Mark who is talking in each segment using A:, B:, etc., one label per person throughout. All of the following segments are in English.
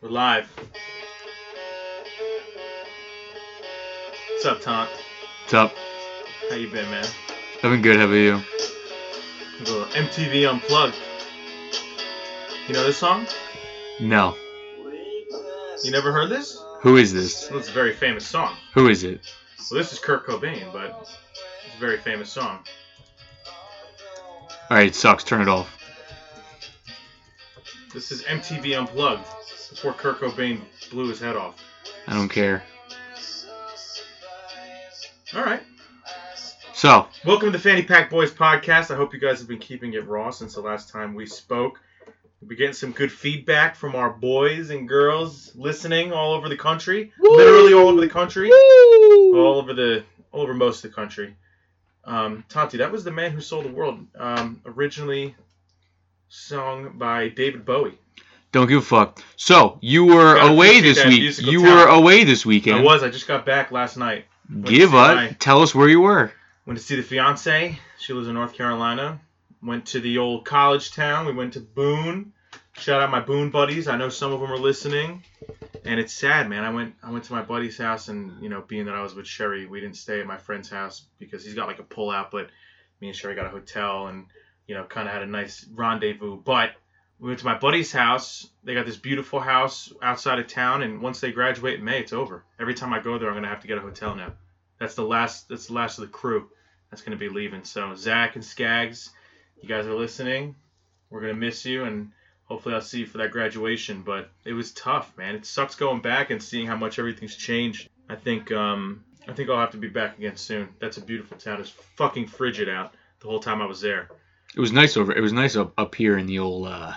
A: We're live. What's up, Taunt?
B: What's up?
A: How you been, man?
B: I've been good. How about you?
A: The MTV Unplugged. You know this song?
B: No.
A: You never heard this?
B: Who is this?
A: Well, it's a very famous song.
B: Who is it?
A: Well, this is Kurt Cobain, but it's a very famous song.
B: All right, sucks. Turn it off.
A: This is MTV Unplugged before Kurt Cobain blew his head off.
B: I don't care.
A: All right.
B: So,
A: Welcome to Fanny Pack Boys podcast. I hope you guys have been keeping it raw since the last time we spoke. We've been getting some good feedback from our boys and girls listening all over the country, literally all over the country, all over the all over most of the country. Um, Tanti, that was the man who sold the world. Um, originally sung by David Bowie.
B: don't give a fuck. So, you were
A: Gotta
B: away
A: appreciate
B: this
A: that
B: week.
A: musical
B: You
A: talent.
B: were away this weekend.
A: I was. I just got back last night.
B: Give
A: Went to
B: us.
A: my-
B: Tell us where you were.
A: Went to see the fiance. She lives in North Carolina. Went to the old college town. We went to Boone. Shout out my Boone buddies. I know some of them are listening. And it's sad, man. I went I went to my buddy's house, and you know, being that I was with Sherry, we didn't stay at my friend's house because he's got like a pullout. But me and Sherry got a hotel, and you know, kind of had a nice rendezvous. But we went to my buddy's house. They got this beautiful house outside of town, and once they graduate in May, it's over. Every time I go there, I'm gonna have to get a hotel now. That's the last. That's the last of the crew that's going to be leaving. So Zach and Skaggs, you guys are listening. We're going to miss you, and hopefully I'll see you for that graduation. But it was tough, man. It sucks going back and seeing how much everything's changed. I think um, I think I'll have to be back again soon. That's a beautiful town. It's fucking frigid out the whole time I was there.
B: It was nice over. It was nice up, up here in the old, uh,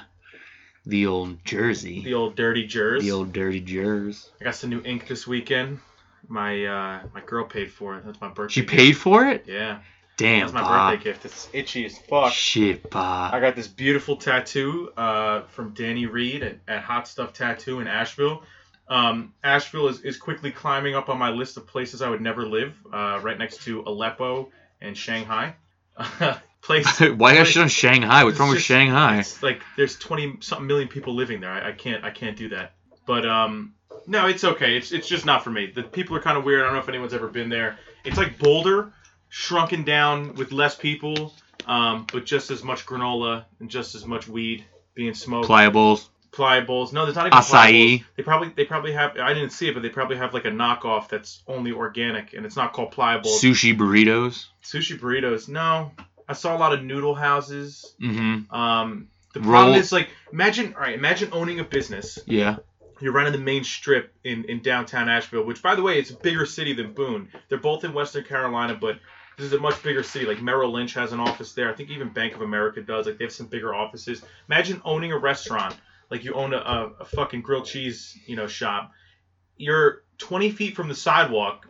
B: the old Jersey,
A: The old dirty Jersey.
B: the old dirty Jersey.
A: I got some new ink this weekend. My uh, my girl paid for it. That's my birthday.
B: She
A: gift.
B: paid for it.
A: Yeah,
B: Damn,
A: that's my
B: Bob.
A: birthday gift. It's itchy as fuck.
B: Shit,
A: I
B: Bob.
A: got this beautiful tattoo uh, from Danny Reed at, at Hot Stuff Tattoo in Asheville. Um, Asheville is, is quickly climbing up on my list of places I would never live, uh, right next to Aleppo and Shanghai. Place
B: Why that shit on Shanghai? What's
A: It's
B: wrong with
A: just-
B: Shanghai?
A: it's like there's 20 something million people living there. I, I can't I can't do that. But um no, it's okay. It's it's just not for me. The people are kind of weird. I don't know if anyone's ever been there. It's like Boulder, shrunken down with less people, um, but just as much granola and just as much weed being smoked.
B: Pliables,
A: Pliables. No, there's not even pliables.
B: acai.
A: They probably they probably have. I didn't see it, but they probably have like a knockoff that's only organic and it's not called pliables.
B: sushi burritos.
A: Sushi burritos. No, I saw a lot of noodle houses.
B: Mm-hmm.
A: Um, the
B: Roll-
A: problem is like imagine all right, imagine owning a business.
B: Yeah.
A: You're running the main strip in, in downtown Asheville, which by the way, it's a bigger city than Boone. They're both in Western Carolina, but this is a much bigger city. Like Merrill Lynch has an office there. I think even Bank of America does. Like they have some bigger offices. Imagine owning a restaurant. Like you own a, a, a fucking grilled cheese, you know, shop. You're 20 feet from the sidewalk,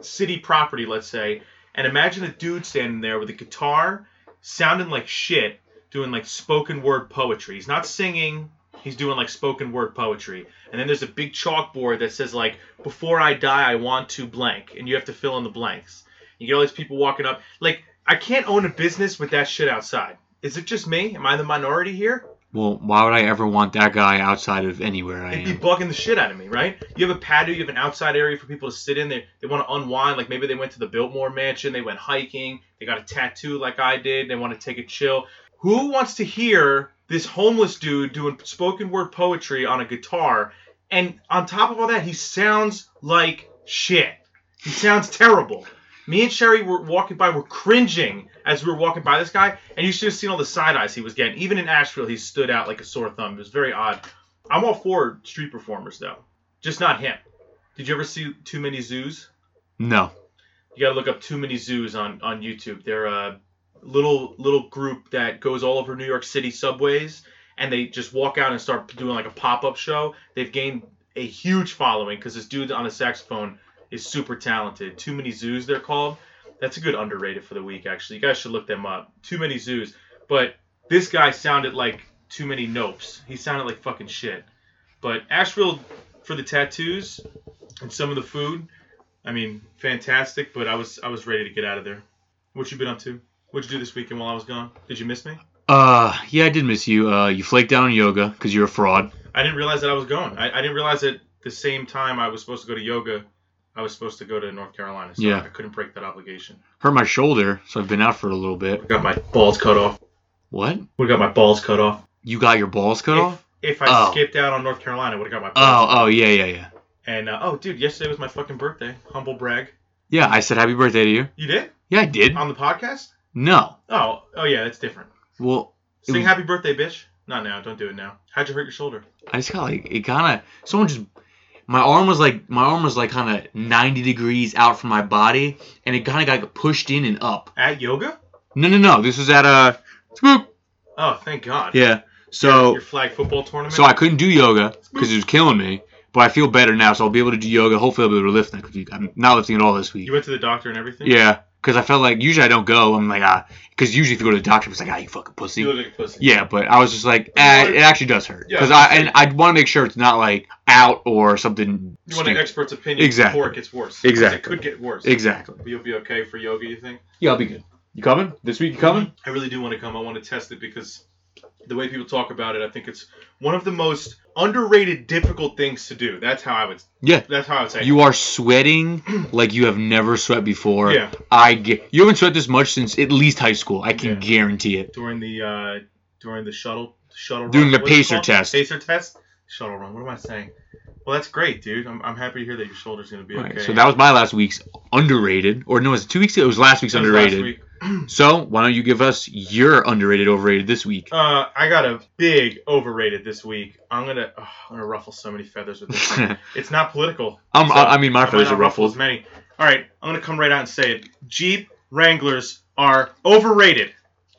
A: city property, let's say, and imagine a dude standing there with a guitar, sounding like shit, doing like spoken word poetry. He's not singing. He's doing like spoken word poetry. And then there's a big chalkboard that says like, "Before I die, I want to blank," and you have to fill in the blanks. You get all these people walking up. Like, I can't own a business with that shit outside. Is it just me? Am I the minority here?
B: Well, why would I ever want that guy outside of anywhere I
A: It'd be
B: am?
A: bugging the shit out of me, right? You have a patio, you have an outside area for people to sit in. They, they want to unwind. Like maybe they went to the Biltmore Mansion, they went hiking, they got a tattoo like I did, they want to take a chill. Who wants to hear this homeless dude doing spoken word poetry on a guitar? And on top of all that, he sounds like shit. He sounds terrible. Me and Sherry were walking by, were cringing as we were walking by this guy, and you should have seen all the side eyes he was getting. Even in Asheville, he stood out like a sore thumb. It was very odd. I'm all for street performers though, just not him. Did you ever see Too Many Zoos?
B: No.
A: You gotta look up Too Many Zoos on on YouTube. They're a little little group that goes all over New York City subways, and they just walk out and start doing like a pop up show. They've gained a huge following because this dude on the saxophone is super talented. Too Many Zoos, they're called. That's a good underrated for the week actually. You guys should look them up. Too Many Zoos, but this guy sounded like too many nopes. He sounded like fucking shit. But Asheville for the tattoos and some of the food, I mean, fantastic. But I was I was ready to get out of there. What you been up to? What'd you do this weekend while I was gone? Did you miss me?
B: Uh, yeah, I did miss you. Uh, you flaked out on yoga because you're a fraud.
A: I I didn't realize that I was going. I, I didn't realize that the same time I was supposed to go to yoga, I was supposed to go to North Carolina. So
B: Yeah.
A: I couldn't break that obligation.
B: Hurt my shoulder, so I've been out for a little bit.
A: Got my balls cut off.
B: What?
A: Would have got my balls cut off.
B: You got your balls cut
A: If-
B: off?
A: If I
B: Oh.
A: skipped out on North Carolina, would have got my balls.
B: Oh, oh yeah, yeah, yeah.
A: And uh, oh, dude, yesterday was my fucking birthday. Humble brag.
B: Yeah, I said happy birthday to you.
A: You did
B: Yeah, I did.
A: on the podcast?
B: No.
A: Oh, oh yeah, that's different.
B: Well, It
A: Sing
B: was-
A: happy birthday, bitch. Not now. Don't do it now. How'd you hurt your shoulder?
B: I just got like it kind of someone just my arm was like my arm was like kind of 90 degrees out from my body and it kind of got pushed in and up.
A: At yoga?
B: No, no, no. This was at a Spook.
A: Oh, thank God.
B: Yeah. So
A: your flag football tournament.
B: so I couldn't do yoga cuz it was killing me, but I feel better now so I'll be able to do yoga. Hopefully I'll be able to lift next week. I'm not lifting at all this week.
A: you went to the doctor and everything.
B: Yeah, cuz I felt like usually I don't go. I'm like ah cuz usually if you go to the doctor it's like ah you fucking pussy.
A: You look like a pussy.
B: Yeah, but I was just like, eh,
A: What?
B: it actually does hurt
A: Yeah,
B: because
A: it's
B: I and I want to make sure it's not like out or something.
A: You want an
B: stupid.
A: expert's opinion
B: Exactly.
A: before it gets worse. 'Cause
B: Exactly.
A: It could get worse.
B: exactly.
A: You'll be okay for yoga, you think?
B: Yeah, I'll be good. You coming this
A: Mm-hmm.
B: week? You coming?
A: I really do want to come. I want to test it because the way people talk about it, I think it's one of the most underrated difficult things to do. That's how I would.
B: Yeah.
A: That's how I would say. it.
B: You are sweating like you have never sweat before.
A: Yeah.
B: I get, you haven't sweat this much since at least high school. I can
A: Yeah.
B: guarantee it.
A: During the uh, during the shuttle shuttle
B: During
A: run-
B: the
A: what's it
B: pacer
A: called?
B: test.
A: Pacer test. Shuttle run. What am I saying? Well, that's great, dude. I'm, I'm happy to hear that your shoulder's gonna be
B: All right,
A: okay.
B: so that was my last week's underrated, or no, it was two weeks ago. It was last week's
A: That was last
B: underrated.
A: week.
B: So why don't you give us your underrated, overrated this week?
A: Uh, I got a big overrated this week. I'm gonna oh, I'm gonna ruffle so many feathers with this. one.
B: I'm,
A: it's not political. So,
B: I, I mean, my
A: I might
B: feathers
A: not
B: are
A: ruffle as
B: ruffled.
A: many. All right, I'm gonna come right out and say it. Jeep Wranglers are overrated.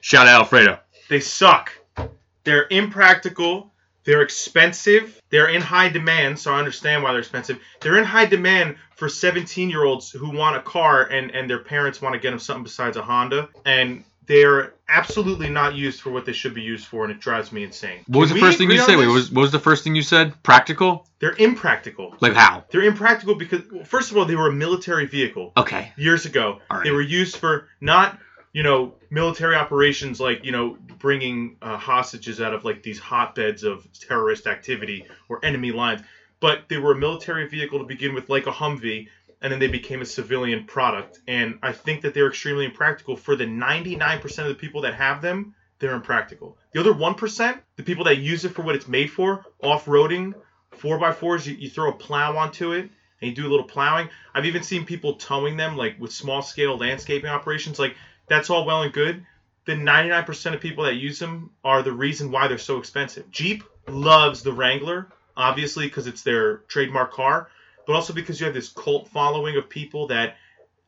B: Shout out Alfredo.
A: They suck. They're impractical. They're expensive. They're in high demand, so I understand why they're expensive. They're in high demand for 17 year olds who want a car and, and their parents want to get them something besides a Honda. And they're absolutely not used for what they should be used for, and it drives me insane.
B: What was
A: Can
B: the
A: we
B: first thing
A: agree
B: you
A: on
B: said? Wait,
A: this?
B: what was, what was the first thing you said? Practical?
A: They're impractical.
B: Like how?
A: They're impractical because, well, first of all, they were a military vehicle
B: Okay.
A: years ago.
B: All right.
A: They were used for not, you know, military operations like, you know, bringing uh, hostages out of like these hotbeds of terrorist activity or enemy lines, but they were a military vehicle to begin with, like a Humvee, and then they became a civilian product. And I think that they're extremely impractical for the 99% of the people that have them. They're impractical. The other 1%, the people that use it for what it's made for, off roading, 4x4s, you, you throw a plow onto it and you do a little plowing. I've even seen people towing them, like with small scale landscaping operations. Like that's all well and good. The 99% of people that use them are the reason why they're so expensive. Jeep loves the Wrangler, obviously, because it's their trademark car, but also because you have this cult following of people that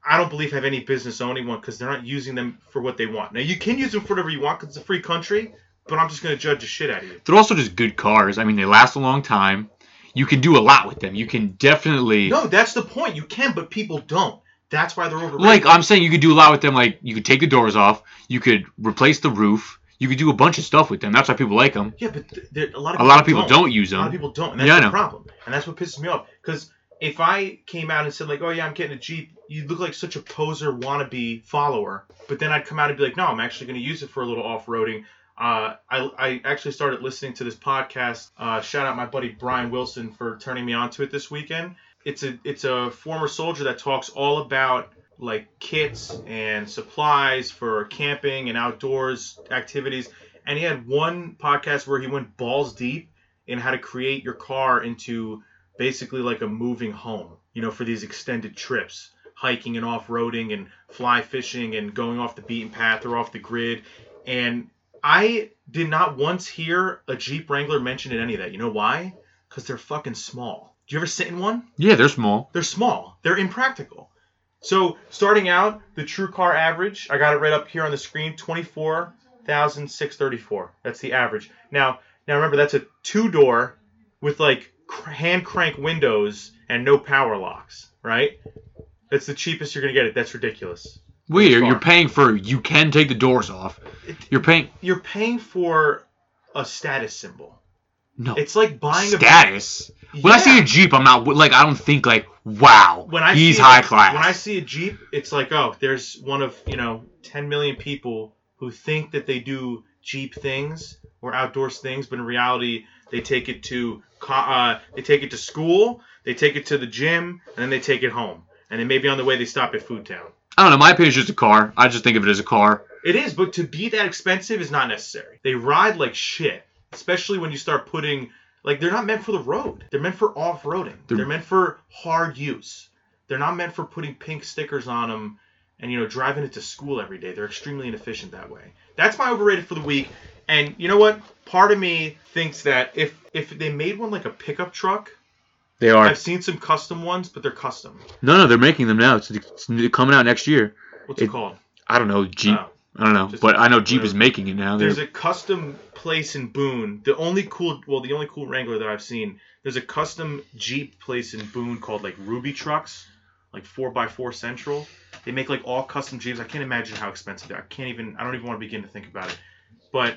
A: I don't believe have any business owning one because they're not using them for what they want. Now, you can use them for whatever you want because it's a free country, but I'm just going to judge the shit out of you.
B: They're also just good cars. I mean, they last a long time. You can do a lot with them. You can definitely.
A: No, that's the point. You can, but people don't. That's why they're overrated.
B: Like, I'm saying you could do a lot with them. Like, you could take the doors off. You could replace the roof. You could do a bunch of stuff with them. That's why people like them.
A: yeah, but th- there, a lot of
B: A lot of people don't, use
A: A lot of
B: them.
A: people don't, and that's
B: Yeah, I
A: the
B: know.
A: problem. And that's what pisses me off. Because if I came out and said like, "Oh yeah, I'm getting a Jeep," you look like such a poser wannabe follower. But then I'd come out and be like, "No, I'm actually going to use it for a little off-roading." Uh, I, I actually started listening to this podcast. Uh, shout out my buddy Brian Wilson for turning me onto it this weekend. It's a it's a former soldier that talks all about like kits and supplies for camping and outdoors activities. And he had one podcast where he went balls deep in how to create your car into basically like a moving home, you know, for these extended trips, hiking and off roading and fly fishing and going off the beaten path or off the grid. And I did not once hear a Jeep Wrangler mentioned in any of that. You know why? Because they're fucking small. Do you ever sit in one?
B: Yeah, they're small.
A: They're small. They're impractical. So starting out, the true car average, I got it right up here on the screen, twenty four thousand six thirty four. That's the average. Now, now remember that's a two door with like cr- hand crank windows and no power locks, right? That's the cheapest you're gonna get it. That's ridiculous.
B: Wait,
A: They're
B: you're, you're
A: far.
B: paying for. You can take the doors off.
A: It-
B: You're paying.
A: You're paying for a status symbol.
B: No.
A: It's like buying
B: Status.
A: a
B: When I see a
A: Yeah.
B: Jeep, I'm not. Like, I don't think, like, wow.
A: when I
B: he's
A: see
B: high
A: a,
B: class.
A: When I see a Jeep, it's like, oh, there's one of you know 10 million people who think that they do Jeep things or outdoors things, but in reality, They take it to co- uh, they take it to school. They take it to the gym, and then they take it home. And then maybe on the way they stop at Food Town.
B: I don't know. My opinion is just a car. I just think of it as a car.
A: It is, but to be that expensive is not necessary. They ride like shit, especially when you start putting like they're not meant for the road. They're meant for off-roading. They're,
B: They're-
A: meant for hard use. They're not meant for putting pink stickers on them and you know driving it to school every day. They're extremely inefficient that way. That's my overrated for the week. And you know what? Part of me thinks that if if they made one like a pickup truck,
B: They are.
A: I've seen some custom ones, but they're custom.
B: No, no, they're making them now. It's, it's coming out next year.
A: What's it,
B: It-
A: called?
B: I don't know Jeep.
A: Oh.
B: I don't know,
A: Just-
B: but I know Jeep is
A: whatever.
B: making it now.
A: There's
B: They're-
A: a custom place in Boone. The only cool, well, the only cool Wrangler that I've seen. There's a custom Jeep place in Boone called like Ruby Trucks, like four x four Central. They make like all custom Jeeps. I can't imagine how expensive they are. I can't even. I don't even want to begin to think about it. But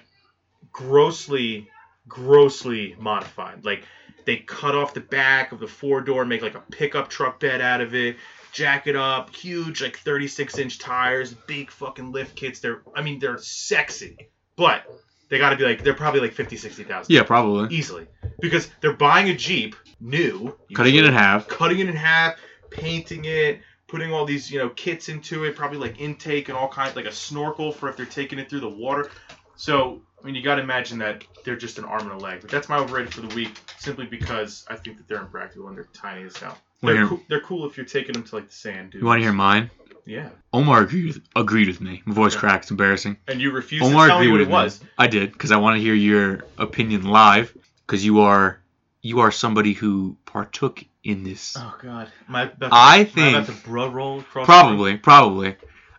A: grossly, grossly modified. Like they cut off the back of the four door, make like a pickup truck bed out of it. Jack it up, huge like 36 inch tires, big fucking lift kits. They're, I mean, they're sexy. But they got to be like they're probably like 50, 60,000
B: yeah, probably
A: easily because they're buying a Jeep new,
B: cutting it in
A: usually,
B: half.
A: cutting it in half, painting it, putting all these you know kits into it, probably like intake and all kinds like a snorkel for if they're taking it through the water. So I mean, you got to imagine that they're just an arm and a leg. But that's my overrated for the week, simply because I think that they're impractical and they're tiny as hell.
B: Wanna
A: They're,
B: hear-
A: cool, they're cool if you're taking them to like the sand dunes.
B: You want to hear mine?
A: Yeah,
B: Omar agreed with, agreed with me. My voice
A: Okay.
B: cracked. It's embarrassing.
A: and you refuse
B: Omar
A: to tell me
B: agreed
A: what
B: with
A: it was.
B: me. I did because I want to hear your opinion live because you are you are somebody who partook in this.
A: Oh God, am I about to,
B: I
A: am I about
B: think-
A: to bro roll across the room?
B: Probably, probably.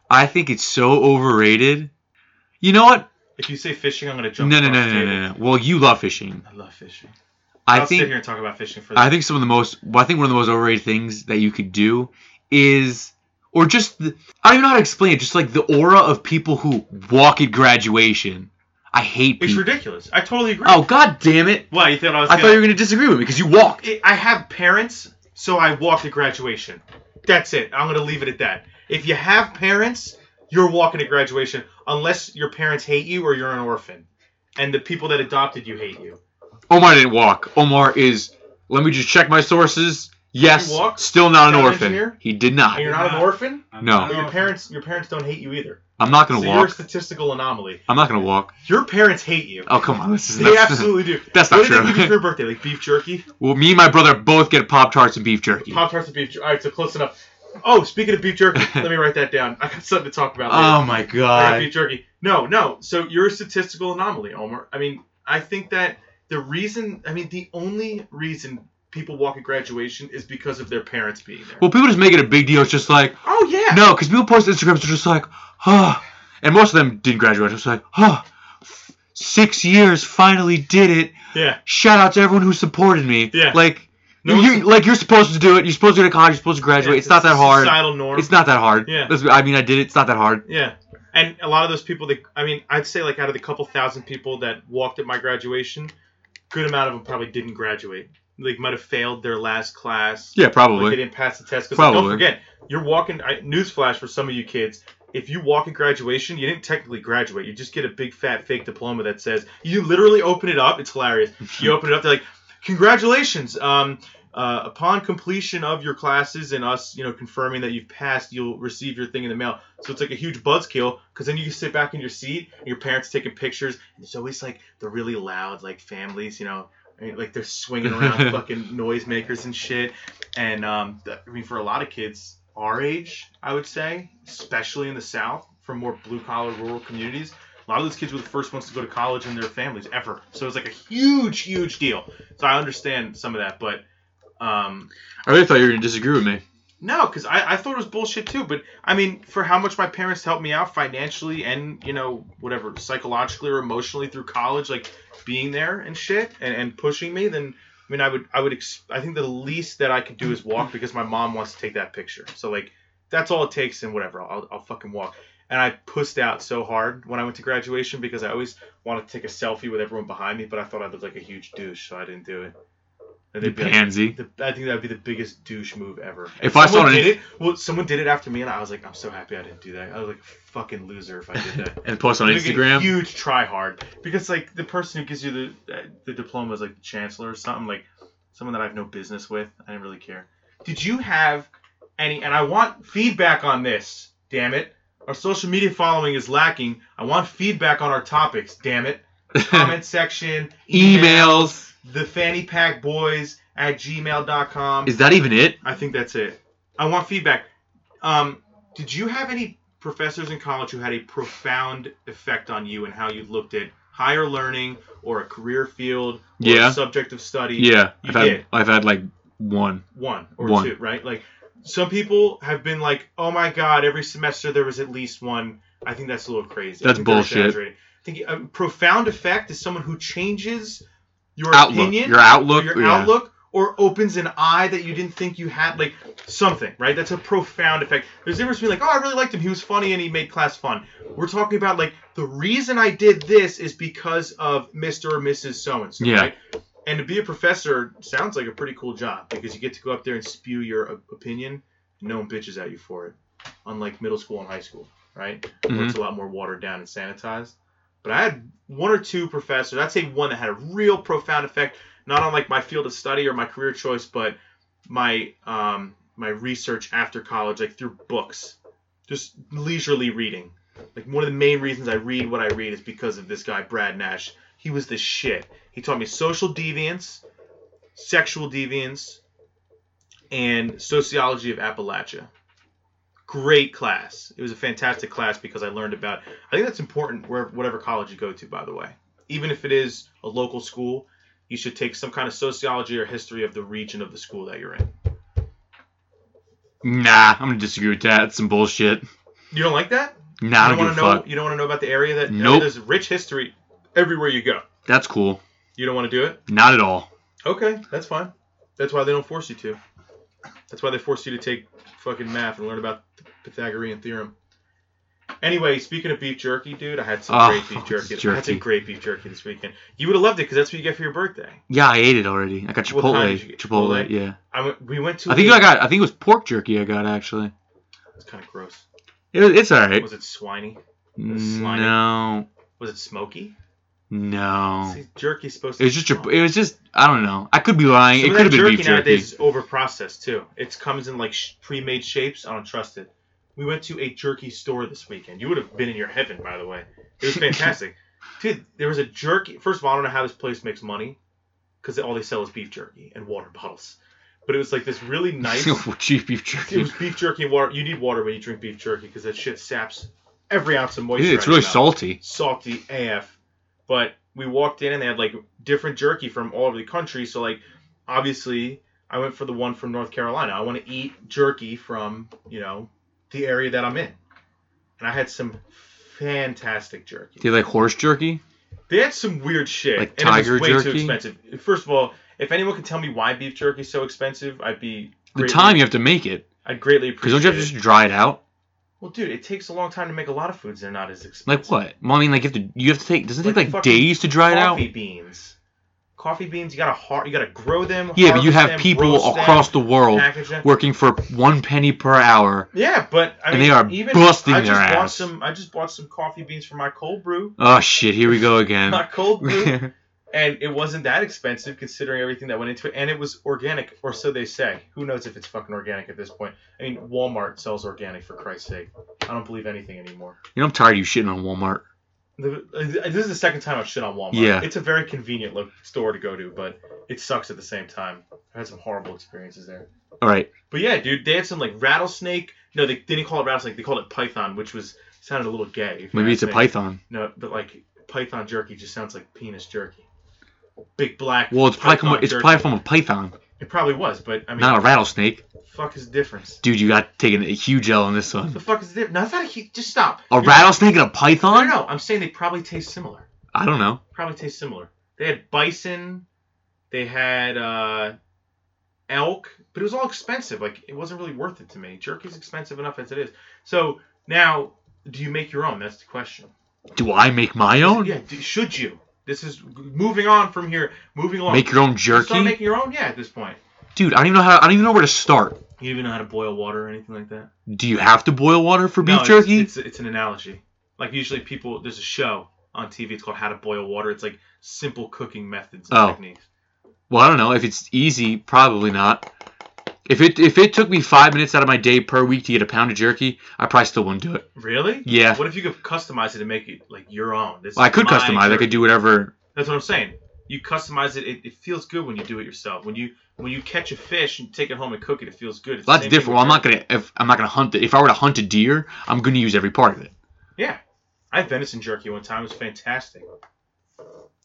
B: I think it's so overrated. You know what?
A: If you say fishing, I'm gonna
B: No,
A: jump.
B: no, no,
A: across
B: no,
A: the
B: no,
A: table.
B: no. Well, you love fishing.
A: I love fishing.
B: I
A: will sit
B: think
A: here and talk about fishing for.
B: I think some of the most, well, I think one of the most overrated things that you could do is, or just, the, I don't even know how to explain it, just like the aura of people who walk at graduation. I hate
A: it's
B: people.
A: ridiculous. I totally agree.
B: Mm. Oh, god damn it.
A: why you thought I was?
B: I
A: gonna...
B: thought you were going to disagree with me because you walked.
A: I have parents, so I walk to graduation. That's it. I'm gonna leave it at that. If you have parents, you're walking to graduation, unless your parents hate you or you're an orphan, and the people that adopted you hate you.
B: Omar didn't walk. Omar is, let me just check my sources. Yes,
A: He walked?
B: still not an
A: Sound
B: orphan.
A: engineer?
B: He did
A: And
B: not.
A: you're not an orphan.
C: I'm
B: No.
C: not
A: Your
C: off-
A: parents, your parents don't hate you either.
B: I'm not going
A: So
B: to
A: you're a
B: walk.
A: statistical anomaly.
B: I'm not going to walk.
A: Your parents hate you.
B: Oh, come on. This is
A: They
B: that's,
A: absolutely do.
B: that's
A: what did
B: not
A: they give you for
B: true.
A: your birthday? Like beef jerky?
B: well, me and my brother both get Pop Tarts and beef jerky.
A: Pop tarts and beef jerky. All right, so close enough. Oh, speaking of beef jerky, let me write that down. I got something to talk about. Later.
B: Oh, my
A: I got
B: God.
A: beef jerky. No, no. So you're a statistical anomaly, Omar. I mean, I think that the reason, I mean, the only reason people walk at graduation is because of their parents being there.
B: Well, people just make it a big deal. It's just like,
A: oh yeah.
B: no, because people post Instagrams are just like, huh. And most of them didn't graduate. It's like, huh. Six years, finally did it.
A: Yeah.
B: Shout out to everyone who supported me.
A: Yeah.
B: Like,
A: No
B: you, like you're supposed to do it. You're supposed to go to college. You're supposed to graduate. It's, not
A: a
B: that hard.
A: Societal norm.
B: It's not that hard.
A: Yeah.
B: Let's- I mean, I did it. It's not that hard.
A: Yeah. And a lot of those people that I mean, I'd say like out of the couple thousand people that walked at my graduation, good amount of them probably didn't graduate. Like might have failed their last class.
B: Yeah,
A: Like they
B: probably.
A: didn't pass the test. Because don't
B: Probably.
A: forget, you're walking. I, newsflash for some of you kids: if you walk at graduation, you didn't technically graduate. You just get a big fat fake diploma that says you literally open it up. It's hilarious. You open it up. They're like, "Congratulations! Um, uh, upon completion of your classes and us, you know, confirming that you've passed, you'll receive your thing in the mail." So it's like a huge buzzkill because then you can sit back in your seat and your parents taking pictures. And it's always like the really loud like families, you know, I mean, like they're swinging around fucking noisemakers and shit. And um, th- I mean, for a lot of kids our age, I would say, especially in the South, from more blue collar rural communities, a lot of those kids were the first ones to go to college in their families ever. So it's like a huge, huge deal. So I understand some of that, but um,
B: I really thought you were gonna disagree with me.
A: no, because I, I thought it was bullshit too. But I mean, for how much my parents helped me out financially and, you know, whatever, psychologically or emotionally through college, like being there and shit and, and pushing me, then I mean, I would, I would, ex- I think the least that I could do is walk because my mom wants to take that picture. So, like, that's all it takes and whatever. I'll, I'll fucking walk. And I pussed out so hard when I went to graduation because I always wanted to take a selfie with everyone behind me, but I thought I looked like a huge douche, so I didn't do it. That
B: You
A: they'd be like,
B: pansy.
A: the, I think that would be the biggest douche move ever. And
B: If I saw
A: someone
B: it-
A: did it, well, someone did it after me, and I was like, I'm so happy I didn't do that. I was like, a fucking loser if I did that.
B: and post on
A: Like, a
B: Instagram.
A: huge try hard because like the person who gives you the uh, the diploma is like the chancellor or something like someone that I have no business with. I didn't really care. Did you have any? And I want feedback on this. Damn it. Our social media following is lacking. I want feedback on our topics. Damn it. Comment section,
B: Emails.
A: the fanny pack boys at gmail.com.
B: Is that even it?
A: I think that's it. I want feedback. Um, did you have any professors in college who had a profound effect on you and how you looked at higher learning or a career field or
B: Yeah.
A: a subject of study?
B: Yeah,
A: You
B: I've had
A: did.
B: I've had like one.
A: One or
B: One.
A: two, right? Like some people have been like, "Oh my god, every semester there was at least one." I think that's a little crazy. I
B: That's
A: think they're
B: bullshit.
A: exaggerating. I think a profound effect is someone who changes your
B: Outlook.
A: opinion
B: Your outlook.
A: or your
B: yeah.
A: outlook or opens an eye that you didn't think you had like something right that's a profound effect there's a difference between like oh i really liked him he was funny and he made class fun we're talking about like the reason i did this is because of mr or mrs so and so
B: Yeah.
A: right and to be a professor sounds like a pretty cool job because you get to go up there and spew your o- opinion and no one bitches at you for it unlike middle school and high school right where it's a lot more watered down and sanitized. But I had one or two professors, I'd say one that had a real profound effect, not on like my field of study or my career choice, but my um, my research after college, like through books, just leisurely reading. Like one of the main reasons I read what I read is because of this guy Brad Nash. He was the shit. He taught me social deviance, sexual deviance, and sociology of Appalachia great class. It was a fantastic class because I learned about. I think that's important where whatever college you go to, by the way. Even if it is a local school, you should take some kind of sociology or history of the region of the school that you're in.
B: Nah, I'm gonna disagree with that. It's some bullshit.
A: You don't like that?
B: Nah,
A: you don't
B: I don't, give
A: wanna
B: a
A: know.
B: fuck.
A: You don't want to know about the area that. I mean,
B: Nope.
A: There's rich history everywhere you go.
B: That's cool.
A: You don't want to do it.
B: Not at all.
A: Okay, that's fine. That's why they don't force you to. That's why they force you to take fucking math and learn about the Pythagorean theorem. Anyway, speaking of beef jerky, dude, I had some
B: Oh,
A: great beef jerky.
B: jerky.
A: I had some great beef jerky this weekend. You would have loved it because that's what you get for your birthday.
B: Yeah, I ate it already. I got
A: What kind did you
B: Chipotle.
A: get?
B: Chipotle.
A: Chipotle?
B: Yeah.
A: I went, we went to.
B: I think I got. I think it was pork jerky. I got actually.
A: It's kind of gross.
B: It, it's all right.
A: Was it swiney? was slimy.
B: No,
A: Was it smoky?
B: no.
A: See, jerky's supposed to.
B: Oh. It was just.
A: be
B: It was just. I don't know. I could be lying.
A: Some
B: it
A: of that
B: could have been
A: jerky
B: beef jerky.
A: nowadays is overprocessed too. It comes in like sh- pre-made shapes. I don't trust it. We went to a jerky store this weekend. You would have been in your heaven, by the way. It was fantastic, dude. There was a jerky. First of all, I don't know how this place makes money, because all they sell is beef jerky and water bottles. But it was like this really nice. it
B: Cheap beef jerky.
A: was beef jerky and water. You need water when you drink beef jerky because that shit saps every ounce of moisture.
B: Dude,
A: out
B: it's
A: of
B: really
A: your mouth
B: salty.
A: salty AF. But we walked in and they had like different jerky from all over the country. So like obviously I went for the one from North Carolina. I want to eat jerky from, you know, the area that I'm in. And I had some fantastic jerky.
B: Do you like horse jerky?
A: They had some weird shit.
B: Like
A: and
B: tiger
A: it was way
B: jerky?
A: too expensive. First of all, if anyone could tell me why beef jerky is so expensive, I'd be
B: The
A: greatly-
B: time you have to make it,
A: I'd greatly
B: because
A: appreciate
B: don't you have to
A: it.
B: just dry it out?
A: Well, dude, it takes a long time to make a lot of foods. They're not as expensive.
B: Like what? Well, I mean, like you have to. You have to take. Doesn't it
A: Like
B: take like
A: fucking
B: days to dry it out?
A: coffee beans. Coffee beans, you gotta har- you gotta grow them.
B: Yeah, but you
A: harvest
B: have
A: them,
B: people
A: roast them,
B: across the world
A: package them.
B: working for one penny per hour.
A: Yeah, but I
B: And
A: mean,
B: they are
A: even
B: busting
A: I just
B: their
A: bought
B: ass.
A: Some, I just bought some coffee beans for my cold brew.
B: Oh shit! Here we go
A: My
B: again.
A: cold brew, and it wasn't that expensive considering everything that went into it, and it was organic, or so they say. Who knows if it's fucking organic at this point? I mean, Walmart sells organic for Christ's sake. I don't believe anything anymore.
B: You know, I'm tired of you shitting on Walmart.
A: The- uh, This is the second time I've shit on Walmart.
B: Yeah.
A: It's a very convenient lo- store to go to, but it sucks at the same time. I had some horrible experiences there.
B: All right.
A: But yeah, dude, they had some like rattlesnake. No, they didn't call it rattlesnake. They called it python, which was sounded a little gay. if you
B: Maybe
A: ask
B: it's a
A: me.
B: python.
A: No, but like python jerky just sounds like penis jerky. Big black.
B: Well, it's probably come,
A: python
B: it's
A: jerky.
B: probably from a python,
A: It probably was, but I mean,
B: not a rattlesnake.
A: fuck is the difference?
B: Dude, you got taken a huge L on this
A: The
B: one.
A: fuck is the difference? No, it's not a. hu- Just stop.
B: A rattlesnake and a
A: No,
B: python?
A: no, I'm saying they probably taste similar.
B: I don't know.
A: probably taste similar. They had bison, they had uh, elk, but it was all expensive. Like it wasn't really worth it to me. Jerky's expensive enough as it is. So now, do you make your own? That's the question.
B: Do I make my own?
A: Yeah, do, should you? This is moving on from here. Moving along.
B: Make your own jerky,
A: Start making your own. Yeah, at this point,
B: dude. I don't even know how. I don't even know where to start.
A: you don't even know how to boil water or anything like that.
B: Do you have to boil water for beef
A: No, it's-
B: jerky?
A: It's, it's an analogy. Like usually people, there's a show on TV. It's called How to Boil Water. It's like simple cooking methods and
B: Oh.
A: techniques.
B: well, I don't know. If it's easy, probably not. If it if it took me five minutes out of my day per week to get a pound of jerky, I probably still wouldn't do it.
A: Really?
B: Yeah,
A: What if you could customize it and make it like your own? This
B: well, I
A: is
B: could
A: my
B: customize. I
A: jerky.
B: could do whatever.
A: That's what I'm saying. You customize it, it. It feels good when you do it yourself. When you when you catch a fish and take it home and cook it, it feels good. It's the
B: That's
A: same thing
B: different.
A: with
B: Well, I'm
A: jerky.
B: not gonna. If I'm not gonna hunt it. If I were to hunt a deer, I'm gonna use every part of it.
A: I had venison jerky one time. It was fantastic.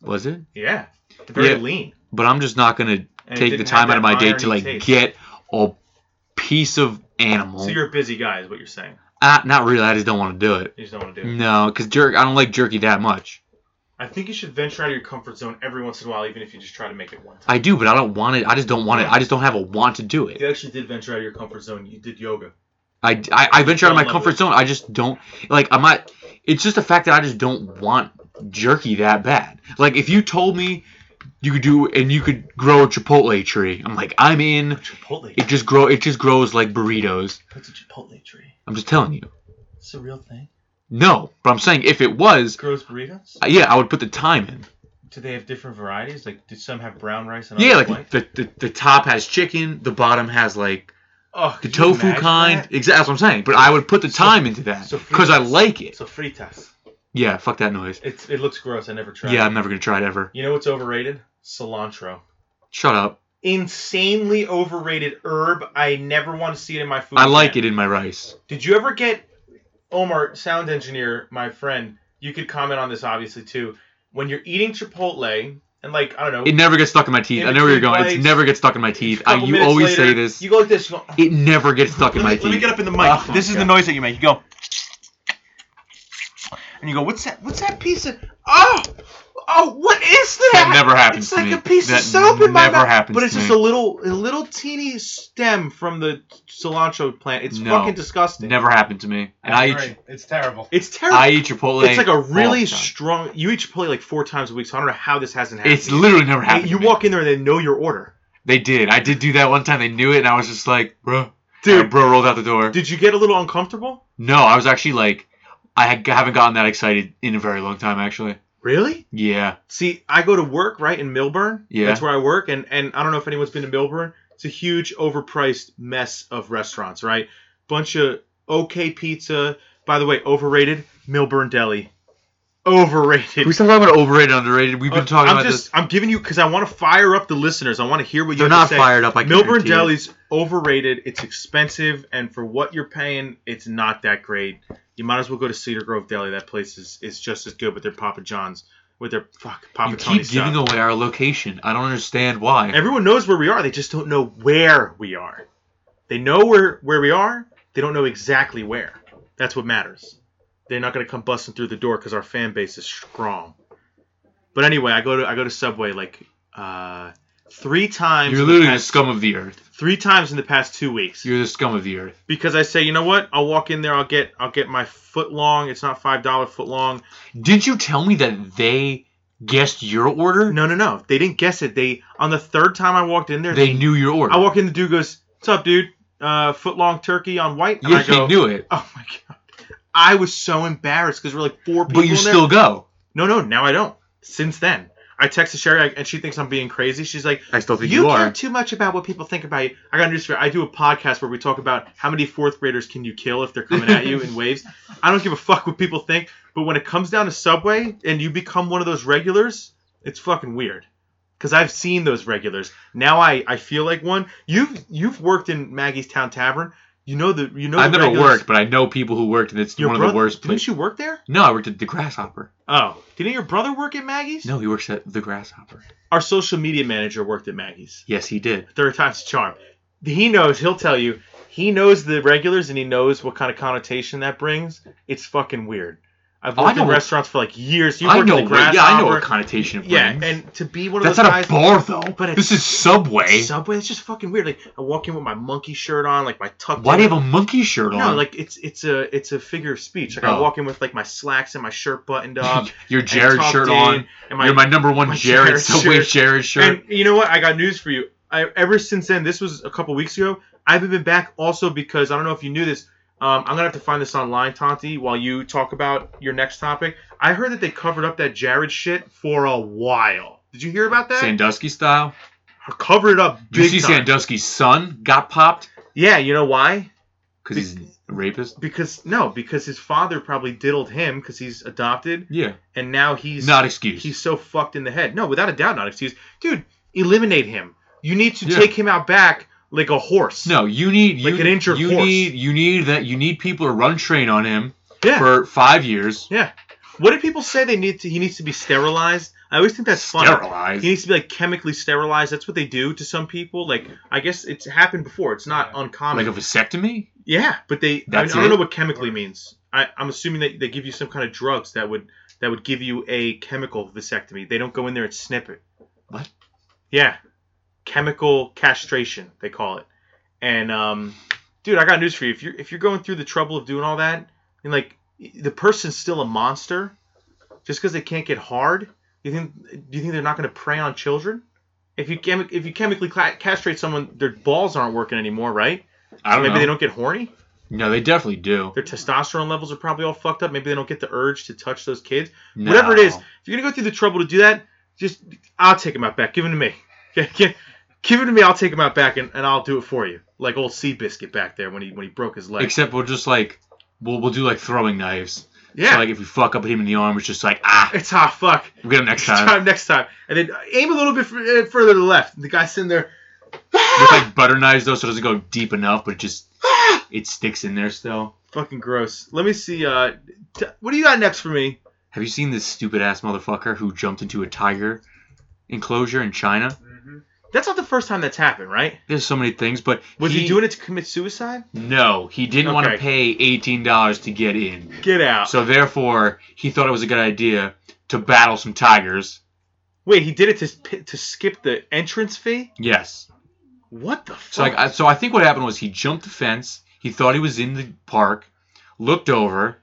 B: Was it?
A: Yeah, very
B: Yeah.
A: lean.
B: But I'm just not gonna
A: And it
B: take the
A: didn't have
B: time out of
A: that
B: my day to
A: irony
B: like
A: taste.
B: get a piece of animal.
A: So you're a busy guy, is what you're saying.
B: Ah, not really. I just don't want to do it.
A: You just don't want to do it.
B: No, because jerk. I don't like jerky that much.
A: I think you should venture out of your comfort zone every once in a while, even if you just try to make it one time.
B: I do, but I don't want it. I just don't want it. I just don't have a want to do it.
A: You actually did venture out of your comfort zone. You did yoga.
B: I, I, I venture out of my
A: Level.
B: comfort zone. I just don't like. I'm not. It's just the fact that I just don't want jerky that bad. Like if you told me you could do and you could grow a chipotle tree, I'm like I'm in.
A: Chipotle.
B: It just grow. It just grows like burritos.
A: It's a chipotle tree.
B: I'm just telling you.
A: It's a real thing.
B: No, but I'm saying if it was,
A: Grows burritos.
B: Uh, Yeah, I would put the time in.
A: Do they have different varieties? Like, did some have brown rice and
B: Yeah,
A: others
B: like
A: white?
B: the, the the top has chicken, the bottom has like
A: oh,
B: the
A: could you
B: tofu
A: imagine
B: kind.
A: that?
B: Exactly, that's what I'm saying. But I would put the
A: So-
B: time into that
A: so
B: because I
A: fritas.
B: like it.
A: So fritas.
B: Yeah, fuck that noise.
A: It's it looks gross. I never tried.
B: Yeah,
A: it.
B: I'm never gonna try it ever.
A: You know what's overrated? Cilantro.
B: Shut up.
A: Insanely overrated herb. I never want to see it in my food.
B: I like it in my rice.
A: Did you ever get Omar, sound engineer, my friend? You could comment on this obviously too. When you're eating Chipotle and like I don't know,
B: It never gets stuck in my teeth.
A: In
B: I know where you're
A: between
B: going. It
A: bites.
B: never gets stuck in my
A: a
B: teeth. I,
A: couple
B: you
A: minutes
B: always
A: later,
B: say this.
A: You go like this. You go, "Oh,
B: It never gets stuck in
A: let,
B: my
A: me,
B: teeth.
A: let me get up in the mic.
B: Oh,
A: this is the
B: God.
A: noise that you make. You go, and you go, what's that? What's that piece of? Oh, oh, what is that?
B: That never happens
A: It's
B: to
A: like
B: me.
A: a piece
B: That
A: of soap in my
B: never
A: mouth.
B: happens
A: But it's
B: to
A: just
B: me.
A: a little, a little teeny stem from the cilantro plant. It's
B: No.
A: fucking disgusting.
B: Never happened to me. And I eat,
C: agree. It's terrible.
A: It's terrible.
B: I eat Chipotle.
A: it's like a
B: all the
A: really
B: time.
A: strong. You eat Chipotle like four times a week, so I don't know how this hasn't happened.
B: It's literally never
A: You-
B: happened.
A: you
B: to me.
A: walk in there and they know your order.
B: They did. I did do that one time. They knew it, and I was just like, bro.
A: Dude.
B: Dude, bro rolled out the door.
A: Did you get a little uncomfortable?
B: No, I was actually like, I ha- haven't gotten that excited in a very long time, actually.
A: Really?
B: Yeah.
A: See, I go to work right in Milburn.
B: Yeah.
A: that's where I work, and and I don't know if anyone's been to Milburn. It's a huge, overpriced mess of restaurants, right? Bunch of okay pizza. By the way, overrated Milburn Deli. Overrated.
B: We still talking about overrated, underrated. We've been
A: Uh,
B: talking
A: I'm
B: about
A: just, I'm giving you because I want to fire up the listeners. I want to hear what
B: this. They're
A: you have
B: not
A: to say.
B: fired up. I
A: Milburn
B: guarantee it.
A: Deli's overrated. It's expensive, and for what you're paying, it's not that great. You might as well go to Cedar Grove Deli. That place is, is just as good with their Papa John's, with their fuck Papa
B: You keep
A: Tony's stuff.
B: giving away our location. I don't understand why.
A: Everyone knows where we are. They just don't know where we are. They know where where we are. They don't know exactly where. That's what matters. They're not gonna come busting through the door because our fan base is strong. But anyway, I go to I go to Subway like uh, three times.
B: You're
A: in the
B: literally the
A: past-
B: scum of the earth.
A: three times in the past two weeks
B: You're the scum of the earth.
A: because I say, you know what? I'll walk in there. I'll get I'll get my foot long. It's not five dollar foot long.
B: Did you tell me that they guessed your order?
A: No, no, no. They didn't guess it. They on the third time I walked in there,
B: They knew your order.
A: I walk in, the dude goes, "What's up, dude? Uh, foot long turkey on white." And
B: yeah,
A: I go,
B: they knew it.
A: "Oh my god!" I was so embarrassed because we're like four people.
B: But you
A: in
B: still
A: There.
B: go.
A: No, no. Now I don't. Since then, I texted Sherry, like, and she thinks I'm being crazy. She's like,
B: I still
A: "You, care too much about what people think about you." I got news for you. I do a podcast where we talk about how many fourth graders can you kill if they're coming at you in waves. I don't give a fuck what people think, but when it comes down to Subway and you become one of those regulars, it's fucking weird. Because I've seen those regulars. Now I, I feel like one. You've you've worked in Maggie's Town Tavern. You know the you know.
B: I've
A: the
B: never
A: regulars.
B: worked, but I know people who worked, and it's
A: Your
B: one of
A: brother,
B: the worst
A: Didn't
B: places.
A: you work there?
B: No, I worked at the Grasshopper.
A: Oh, didn't your brother work at Maggie's?
B: No, he works at the Grasshopper.
A: Our social media manager worked at Maggie's.
B: Yes, he did.
A: Third time's a charm. He knows. He'll tell you. He knows the regulars and he knows what kind of connotation that brings. It's fucking weird. I've
B: Oh, I
A: worked
B: know
A: in
B: what-
A: restaurants for like years. He
B: I
A: worked
B: know.
A: at the
B: what-
A: Grasshopper.
B: yeah, I know a connotation of
A: Yeah,
B: rings.
A: and to be one of
B: that's
A: those
B: not
A: guys
B: a bar though.
A: but
B: But
A: it's-
B: this is Subway.
A: Subway. It's just fucking weird. Like I walk in with my monkey shirt on, like my tucked.
B: Why do
A: in-
B: you have a monkey shirt on?
A: No, like it's it's a it's a figure of speech. Like I
B: Oh.
A: walk in with like my slacks and my shirt buttoned up, uh,
B: your
A: and
B: Jared
A: tucked
B: shirt
A: in,
B: on.
A: and my,
B: You're my number one
A: my
B: Jared
A: Jared
B: Subway
A: shirt.
B: Jared shirt.
A: And you know what? I got news for you. I, ever since then, this was a couple weeks ago. I haven't been back. Also, because I don't know if you knew this, um, I'm gonna have to find this online, Tanti, while you talk about your next topic. I heard that they covered up that Jared shit for a while. Did you hear about that?
B: Sandusky style.
A: Cover it up
B: Did you
A: big
B: see
A: time.
B: Sandusky's son got popped
A: yeah, you know why?
B: because he's a rapist?
A: Because no, because his father probably diddled him because he's adopted,
B: Yeah,
A: and now he's
B: not excused.
A: he's so fucked in the head. No, without a doubt, not excuse. Dude, eliminate him. You need to
B: Yeah.
A: take him out back like a horse.
B: no, you need you,
A: Like an injured
B: you
A: horse.
B: need you need that you need people to run train on him
A: Yeah.
B: for five years.
A: yeah. What do people say they need to? He needs to be sterilized. I always think that's funny.
B: Sterilized.
A: He needs to be like chemically sterilized. That's what they do to some people. Like I guess it's happened before. It's not uncommon.
B: like a vasectomy.
A: yeah, but they. I, mean,
B: That's
A: I don't know
B: it?
A: what chemically means. I, I'm assuming that they give you some kind of drugs that would that would give you a chemical vasectomy. They don't go in there and snip it.
B: What?
A: Yeah, chemical castration they call it. And um, dude, I got news for you. If you're if you're going through the trouble of doing all that, and like the person's still a monster, just because they can't get hard, you think do you think they're not going to prey on children? If you chemi- if you chemically cla castrate someone, their balls aren't working anymore, right?
B: I don't
A: Maybe
B: know.
A: they don't get horny.
B: no, they definitely do.
A: Their testosterone levels are probably all fucked up. Maybe they don't get the urge to touch those kids. Whatever it is,
B: No.
A: if you're gonna go through the trouble to do that, just I'll take him out back. Give him to me. Give him to me. I'll take him out back and, and I'll do it for you. Like old Sea Biscuit back there when he when he broke his leg.
B: Except we'll just like we'll we'll do like throwing knives.
A: yeah,
B: So like if we fuck up at him in the arm, it's just like ah,
A: it's hot. Fuck.
B: we'll get him next time.
A: Time next time, and then aim a little bit f- uh, further to the left. And the guy's sitting there.
B: With like butter knives though, so it doesn't go deep enough, but it just it sticks in there still.
A: Fucking gross. Let me see. Uh, t- what do you got next for me?
B: Have you seen this stupid ass motherfucker who jumped into a tiger enclosure in China?
A: That's not the first time that's happened, right?
B: There's so many things, but
A: Was he, doing it to commit suicide?
B: No, he didn't want to
A: Okay.
B: pay eighteen dollars to get in.
A: Get out.
B: So therefore, he thought it was a good idea to battle some tigers.
A: Wait, he did it to sp- to skip the entrance fee.
B: Yes.
A: What the fuck?
B: So like, I, so I think what happened was he jumped the fence. He thought he was in the park, looked over,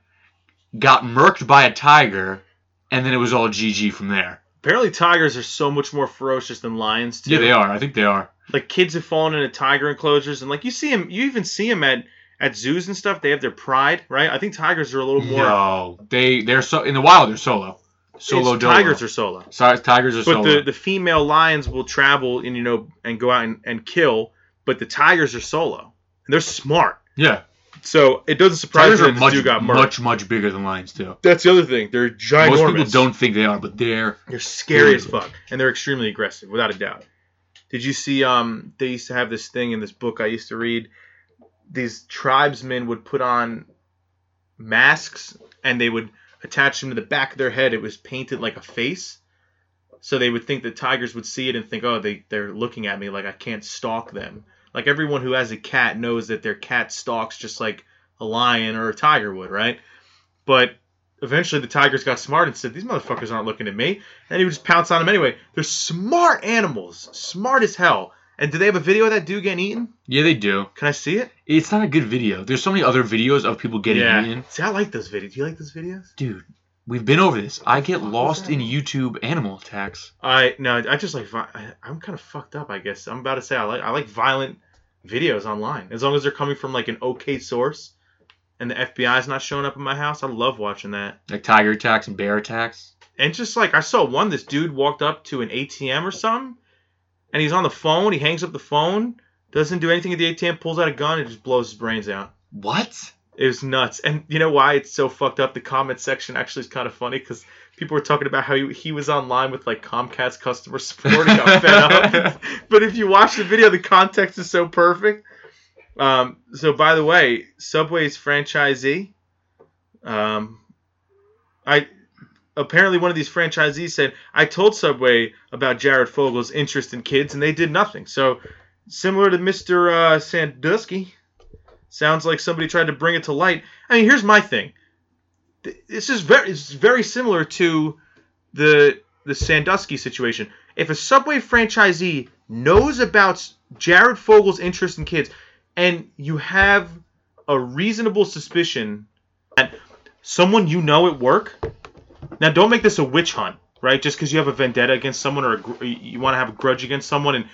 B: got murked by a tiger, and then it was all GG from there.
A: Apparently, tigers are so much more ferocious than lions. Too.
B: Yeah, they are. I think they are.
A: Like kids have fallen into tiger enclosures, and like you see them, you even see them at at zoos and stuff. They have their pride, right? I think tigers are a little more.
B: No, they they're so in the wild. They're solo, solo
A: it's-
B: dolo.
A: tigers are solo,
B: Sorry, tigers are
A: but
B: solo.
A: the the female lions will travel and you know and go out and, and kill, but the tigers are solo and they're smart.
B: yeah,
A: So it doesn't surprise
B: tigers
A: me
B: are
A: that this
B: much
A: dude got murked.
B: much much bigger than lions too.
A: That's the other thing. They're ginormous.
B: Most people don't think they are, but they're
A: They're scary as fuck, and they're extremely aggressive, without a doubt. Did you see? Um, they used to have this thing in this book I used to read. These tribesmen would put on masks, and they would attach them to the back of their head. It was painted like a face, so they would think that tigers would see it and think, "Oh, they they're looking at me. Like I can't stalk them." Like everyone who has a cat knows that their cat stalks just like a lion or a tiger would, right? But eventually, the tigers got smart and said, "These motherfuckers aren't looking at me." and he would just pounce on him anyway. They're smart animals, smart as hell. And do they have a video of that dude getting eaten?
B: yeah they do.
A: Can I see it?
B: It's not a good video. There's so many other videos of people getting eaten.
A: See, I like those videos. Do you like those videos?
B: Dude, we've been over this. I get lost in YouTube animal attacks.
A: I no, I just like. vi- I, I'm kind of fucked up. I guess I'm about to say I like. I like violent videos online as long as they're coming from like an okay source, and the FBI's not showing up in my house. I love watching that.
B: Like tiger attacks and bear attacks.
A: And just like I saw one, this dude walked up to an ATM or something, and he's on the phone. He hangs up the phone, doesn't do anything at the ATM, pulls out a gun, and just blows his brains out.
B: What?
A: It was nuts. And you know why it's so fucked up? The comment section actually is kind of funny because people were talking about how he, he was online with like Comcast customer support and got fed up. But if you watch the video, the context is so perfect. Um, so, by the way, Subway's franchisee, um, I apparently one of these franchisees said, I told Subway about Jared Fogel's interest in kids and they did nothing. So, similar to Mr. Uh, Sandusky. Sounds like somebody tried to bring it to light. I mean, here's my thing. th- this is very it's very similar to the the Sandusky situation. If a Subway franchisee knows about S- Jared Fogel's interest in kids, and you have a reasonable suspicion that someone you know at work, now don't make this a witch hunt, right? Just because you have a vendetta against someone or a, gr- you want to have a grudge against someone and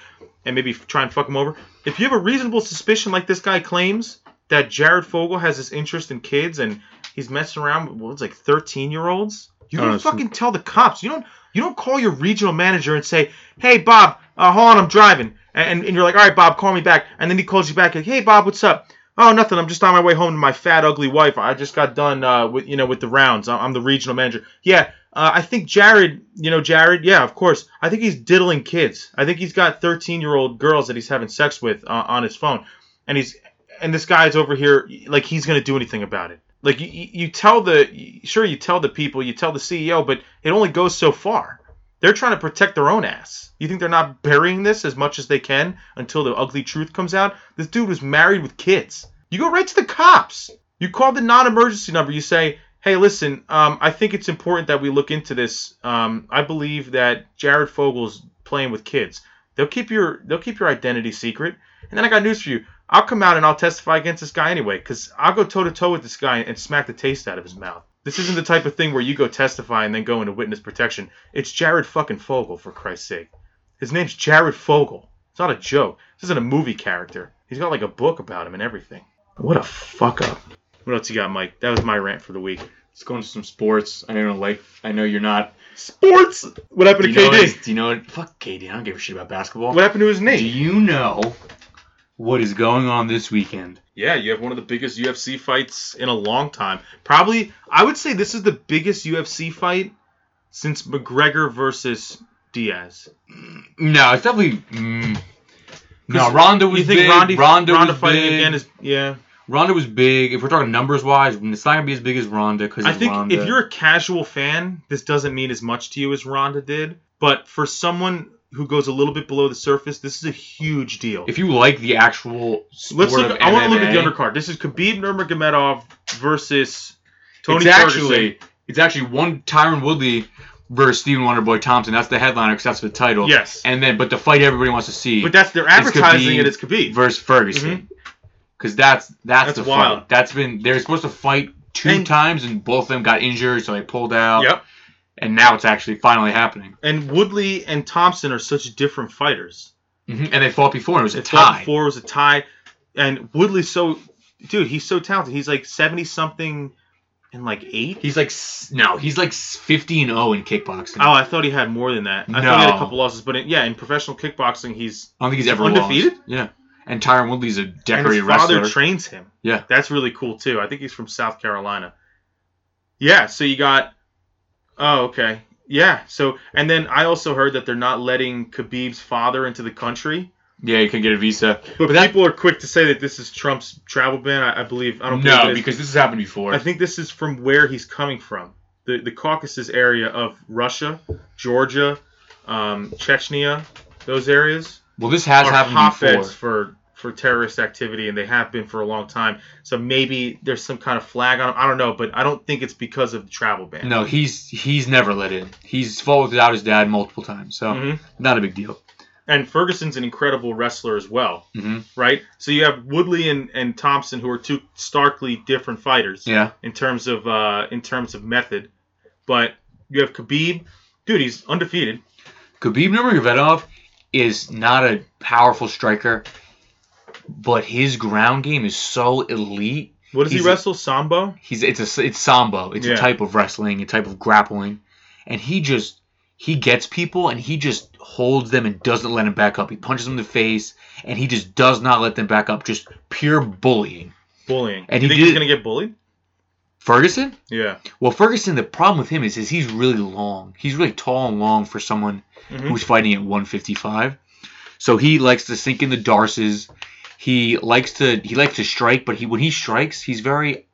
A: and maybe f- try and fuck them over. If you have a reasonable suspicion, like this guy claims, that Jared Fogle has this interest in kids and he's messing around with what, it's like thirteen year olds. You
B: Oh,
A: don't
B: it's-
A: fucking tell the cops. You don't you don't call your regional manager and say, "Hey Bob, uh, hold on, I'm driving," and, and you're like, "All right, Bob, call me back." And then he calls you back, like, "Hey Bob, what's up?" Oh, nothing. I'm just on my way home to my fat, ugly wife. I just got done uh, with you know with the rounds. I- I'm the regional manager. Yeah, uh, I think Jared. You know Jared. Yeah, of course. I think he's diddling kids. I think he's got 13 year old girls that he's having sex with uh, on his phone, and he's and this guy's over here like he's gonna do anything about it. Like you, you you tell the sure you tell the people you tell the CEO, but it only goes so far. They're trying to protect their own ass. You think they're not burying this as much as they can until the ugly truth comes out? This dude was married with kids. You go right to the cops. You call the non-emergency number. You say, "Hey, listen, um, I think it's important that we look into this. Um, I believe that Jared Fogel's playing with kids. They'll keep your they'll keep your identity secret. And then I got news for you. I'll come out and I'll testify against this guy anyway, because I'll go toe to toe with this guy and smack the taste out of his mouth. This isn't the type of thing where you go testify and then go into witness protection. It's Jared fucking Fogle, for Christ's sake. His name's Jared Fogle. It's not a joke. This isn't a movie character. He's got like a book about him and everything. What a fuck up. What else you got, Mike? That was my rant for the week.
B: Let's go into some sports. I know you don't like. I know you're not.
A: Sports. What
B: Do
A: happened
B: you,
A: to
B: know
A: KD?
B: his- do you know what? Fuck KD. I don't give a shit about basketball.
A: What happened to his
B: Do
A: knee?
B: you know what is going on this weekend?
A: Yeah, you have one of the biggest UFC fights in a long time. Probably, I would say this is the biggest UFC fight since McGregor versus Diaz.
B: No, it's definitely. Mm, no,
A: 'Cause
B: Ronda was
A: you think
B: big.
A: Ronda,
B: Ronda,
A: Ronda,
B: was
A: fighting
B: big.
A: again is yeah.
B: Ronda was big. If we're talking numbers wise, it's not gonna be as big as Ronda because
A: I think
B: Ronda.
A: if you're a casual fan, this doesn't mean as much to you as Ronda did. But for someone who goes a little bit below the surface, this is a huge deal.
B: if you like the actual sport
A: Let's look.
B: of
A: I want to look at the
B: MMA,
A: undercard. This is Khabib Nurmagomedov versus Tony
B: it's
A: Ferguson.
B: actually it's actually one Tyron Woodley versus Stephen Wonderboy Thompson. That's the headliner because that's the title.
A: Yes.
B: And then, but the fight everybody wants to see
A: But that's they're advertising it as Khabib.
B: versus Ferguson, because that's, that's
A: That's
B: the
A: wild.
B: fight. That's been they're supposed to fight two
A: And-
B: times and both of them got injured, so they pulled out.
A: Yep.
B: And now it's actually finally happening.
A: And Woodley and Thompson are such different fighters.
B: hmm And they fought before and it was a
A: They fought
B: tie.
A: Before it was a tie, and Woodley's so, dude, he's so talented. He's like seventy something, and like eight.
B: He's like s- no, he's like s- fifty and zero in kickboxing.
A: Oh, I thought he had more than that. I thought he had a
B: No.
A: couple losses, but in, yeah, in professional kickboxing, he's
B: I don't think he's ever
A: Undefeated?
B: Lost. Yeah. And Tyron Woodley's a
A: and his
B: decorated
A: father
B: wrestler.
A: trains him.
B: Yeah.
A: that's really cool too. I think he's from South Carolina. Yeah, so you got. Oh, okay. Yeah, so and then I also heard that they're not letting Khabib's father into the country,
B: yeah, he could get a visa.
A: but,
B: But that-
A: people are quick to say that this is Trump's travel ban. I, I believe I don't believe it
B: No,
A: is.
B: because this has happened before.
A: I think this is from where he's coming from. The the Caucasus area of Russia, Georgia, um, Chechnya, those areas
B: well, this has
A: are
B: happened before.
A: hotbeds for for terrorist activity, and they have been for a long time. So maybe there's some kind of flag on them. I don't know, but I don't think it's because of the travel ban.
B: No, he's he's never let in. He's fought without his dad multiple times, so
A: Mhm.
B: not a big deal.
A: And Ferguson's an incredible wrestler as well,
B: hmm
A: right? So you have Woodley and, and Thompson, who are two starkly different fighters.
B: Yeah,
A: in terms of uh, in terms of method. But you have Khabib, dude, he's undefeated.
B: Khabib Nurmagomedov is not a powerful striker, but his ground game is so elite.
A: What does
B: He's-
A: he wrestle? Sambo.
B: He's it's a it's sambo. It's
A: Yeah.
B: a type of wrestling, a type of grappling, and he just he gets people and he just holds them and doesn't let them back up. He punches them in the face and he just does not let them back up. Just pure bullying.
A: Bullying.
B: And
A: you
B: he
A: think he's
B: did-
A: gonna get bullied?
B: Ferguson.
A: Yeah.
B: Well, Ferguson, the problem with him is, is he's really long. He's really tall and long for someone
A: Mhm.
B: who's fighting at 155. So he likes to sink in the darces. He likes to he likes to strike, but he when he strikes, he's very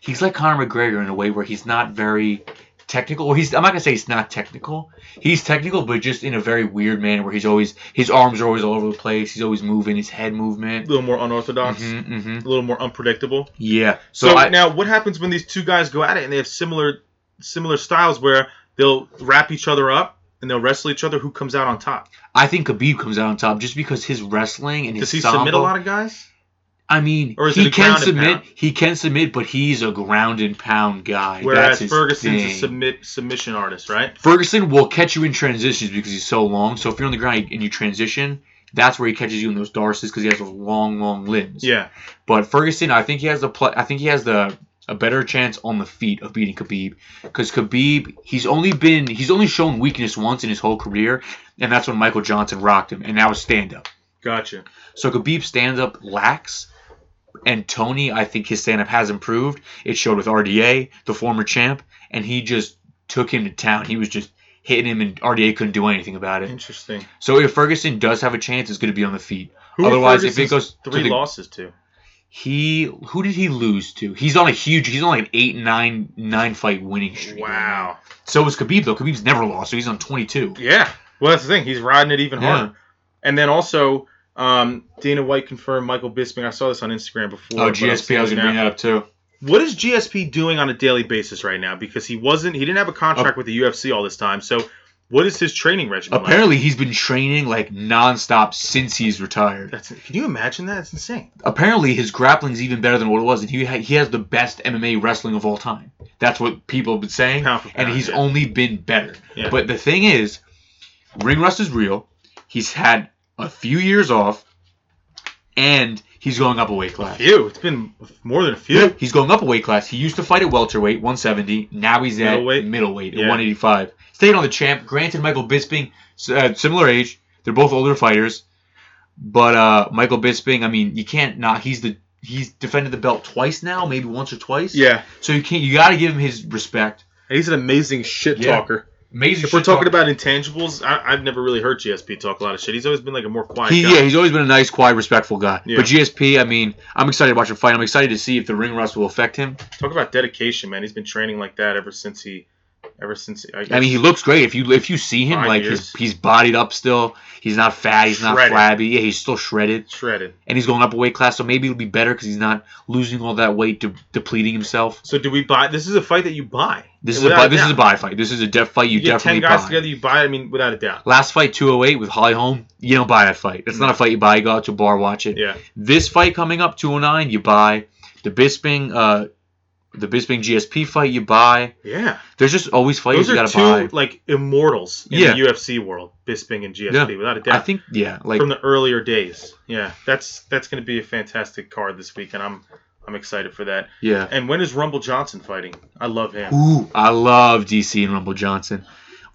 B: he's like Conor McGregor in a way where he's not very technical, or he's I'm not gonna say he's not technical. He's technical, but just in a very weird manner where he's always his arms are always all over the place. He's always moving his head
A: A
B: movement.
A: little more unorthodox,
B: Mhm, mhm.
A: a little more unpredictable.
B: Yeah.
A: So,
B: So, I,
A: now, what happens when these two guys go at it and they have similar similar styles where they'll wrap each other up and they'll wrestle each other? Who comes out on top?
B: I think Khabib comes out on top just because his wrestling and his
A: Does he
B: sambo,
A: submit a lot of guys?
B: I mean,
A: Or is
B: he
A: it a
B: can
A: ground and
B: submit.
A: pound?
B: He can submit, but he's a ground and pound guy.
A: Whereas
B: That's his
A: Ferguson's a
B: thing.
A: submit submission artist, right?
B: Ferguson will catch you in transitions because he's so long. So if you're on the ground and you transition, that's where he catches you in those darces because he has those long, long limbs.
A: Yeah.
B: But Ferguson, I think he has the pl- I think he has the a better chance on the feet of beating Khabib because Khabib he's only been he's only shown weakness once in his whole career, and that's when Michael Johnson rocked him, and that was stand up.
A: Gotcha.
B: So Khabib stands up lacks, and Tony, I think his stand up has improved. It showed with RDA, the former champ, and he just took him to town. He was just hitting him, and RDA couldn't do anything about it.
A: Interesting.
B: So if Ferguson does have a chance, it's going to be on the feet.
A: Who are
B: Otherwise, if it
A: Ferguson's
B: goes to
A: three
B: the-
A: losses to,
B: He who did he lose to? He's on a huge. He's on like an eight, nine, nine fight winning streak. right now.
A: wow.
B: So is Khabib though. Khabib's never lost, so he's on twenty two.
A: Yeah. Well, that's the thing. He's riding it even
B: Yeah.
A: harder. And then also, um, Dana White confirmed Michael Bisping. I saw this on Instagram before. but
B: Oh,
A: I'm
B: GSP.
A: seeing
B: I was
A: it
B: going to
A: now.
B: bring that up too.
A: What is GSP doing on a daily basis right now? Because he wasn't, he didn't have a contract with the UFC all this time. So, what is his training regimen? like?
B: Apparently, he's been training like nonstop since he's retired.
A: That's, can you imagine that? It's insane.
B: apparently his grappling's even better than what it was, and he ha- he has the best MMA wrestling of all time. That's what people have been saying,
A: Pound for pound,
B: and he's
A: yeah.
B: only been better.
A: Yeah.
B: But the thing is, ring rust is real. He's had a few years off, and he's going up a weight class.
A: Few. It's been more than a few.
B: He's going up a weight class. He used to fight at welterweight, 170. Now he's at
A: Middleweight?
B: middleweight, at
A: Yeah.
B: 185. Staying on the champ. Granted, Michael Bisping, s- uh, similar age. They're both older fighters, but uh, Michael Bisping. I mean, you can't not. He's the he's defended the belt twice now, maybe once or twice.
A: Yeah.
B: So you can't. You got to give him his respect.
A: And he's an amazing shit
B: Yeah.
A: talker.
B: Amazing.
A: If we're
B: shit
A: talking
B: talker.
A: about intangibles, I, I've never really heard GSP talk a lot of shit. He's always been like a more quiet
B: He,
A: guy.
B: yeah, he's always been a nice, quiet, respectful guy.
A: Yeah.
B: But GSP, I mean, I'm excited to watch him fight. I'm excited to see if the ring rust will affect him.
A: Talk about dedication, man. He's been training like that ever since he, ever since. I, guess,
B: I mean, he looks great. If you if you see him,
A: Five
B: like
A: years.
B: he's, he's bodied up still. He's not fat. He's not
A: Shredded.
B: flabby. Yeah, he's still shredded,
A: shredded.
B: and he's going up a weight class. So maybe it'll be better because he's not losing all that weight, de- depleting himself.
A: So do we buy? This is a fight that you buy.
B: This is a
A: Without
B: buy, this
A: doubt.
B: is a buy fight. This is a def fight. You,
A: You get ten
B: definitely
A: guys
B: buy.
A: together, you buy. it. I mean, without a doubt.
B: Last fight 208 with Holly Holm, you don't buy that fight. It's not a fight you buy. You go out to a bar, watch it.
A: Yeah.
B: This fight coming up 209, you buy. The Bisping, uh, the Bisping GSP fight, you buy.
A: Yeah.
B: There's just always fights
A: Those
B: you
A: are
B: gotta
A: two
B: buy.
A: like immortals in
B: Yeah.
A: the UFC world, Bisping and GSP,
B: Yeah.
A: without a
B: I
A: doubt.
B: think yeah, like
A: From the earlier days. Yeah. That's that's gonna be a fantastic card this week and I'm I'm excited for that.
B: yeah.
A: And when is Rumble Johnson fighting? I love him.
B: Ooh, I love DC and Rumble Johnson.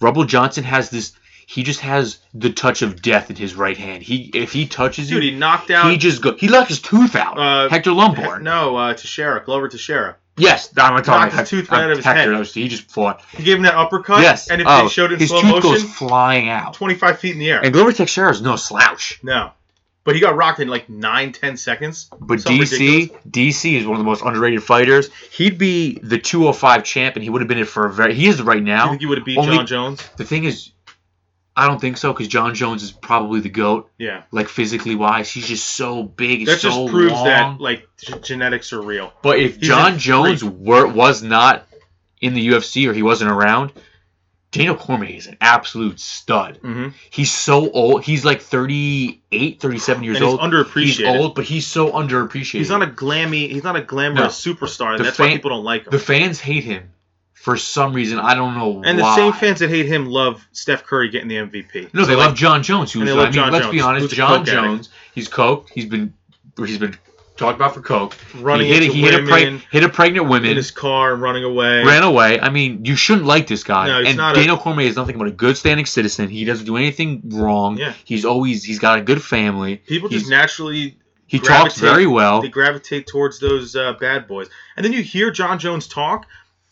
B: Rumble Johnson has this. He just has the touch of death in his right hand. He if he touches
A: Dude,
B: you,
A: he knocked out
B: he, just go. He knocked his tooth out.
A: Uh,
B: Hector Lombard.
A: No, uh Teixeira, Glover Teixeira.
B: yes, I'm not
A: knocked
B: talking
A: his
B: about
A: tooth
B: tooth
A: right out of his
B: Hector.
A: head.
B: that was- he just fought.
A: He gave him that uppercut.
B: yes,
A: And if
B: oh,
A: they showed it in
B: his
A: slow
B: tooth
A: motion,
B: goes flying out.
A: twenty five feet in the air.
B: And Glover Teixeira is no slouch,
A: no. But he got rocked in like nine, ten seconds.
B: but
A: Something
B: DC
A: ridiculous.
B: DC is one of the most underrated fighters. He'd be the 205 champ, and he would have been it for a very. He is right
A: Do you
B: now.
A: think he would have beat
B: Only-
A: John Jones?
B: The thing is, I don't think so because John Jones is probably the goat,
A: Yeah.
B: like physically wise. He's just so big. and
A: That
B: so
A: just proves
B: long.
A: that like g- genetics are real.
B: But if
A: he's a
B: John
A: freak.
B: Jones were, was not in the UFC or he wasn't around, Daniel Cormier is an absolute stud.
A: Mm-hmm.
B: He's so old. He's like 38, 37 years
A: And he's
B: old.
A: underappreciated.
B: He's old, but he's so underappreciated.
A: He's not a glammy. He's not a glamorous superstar, and
B: The
A: that's why
B: fan-
A: people don't like him.
B: the fans hate him for some reason. I don't know
A: and the
B: why.
A: same fans that hate him love Steph Curry getting the MVP.
B: No,
A: So,
B: they
A: like,
B: love John Jones. Who's
A: And they
B: I
A: love
B: mean,
A: John
B: let's be
A: Jones,
B: honest,
A: who's a
B: John
A: coke addict.
B: Jones. He's coked. He's been he's been talked about for coke.
A: running
B: he hit, a-
A: into
B: he hit a
A: women
B: preg- hit a pregnant
A: in
B: woman,
A: his car and running away.
B: ran away. I mean, you shouldn't like this guy.
A: No, he's
B: and
A: not a-
B: Daniel Cormier is nothing but a good standing citizen. He doesn't do anything wrong.
A: Yeah.
B: He's always he's got a good family.
A: people just
B: he's-
A: naturally
B: He
A: Gravitate-
B: talks very well.
A: they gravitate towards those uh, bad boys. And then you hear John Jones talk.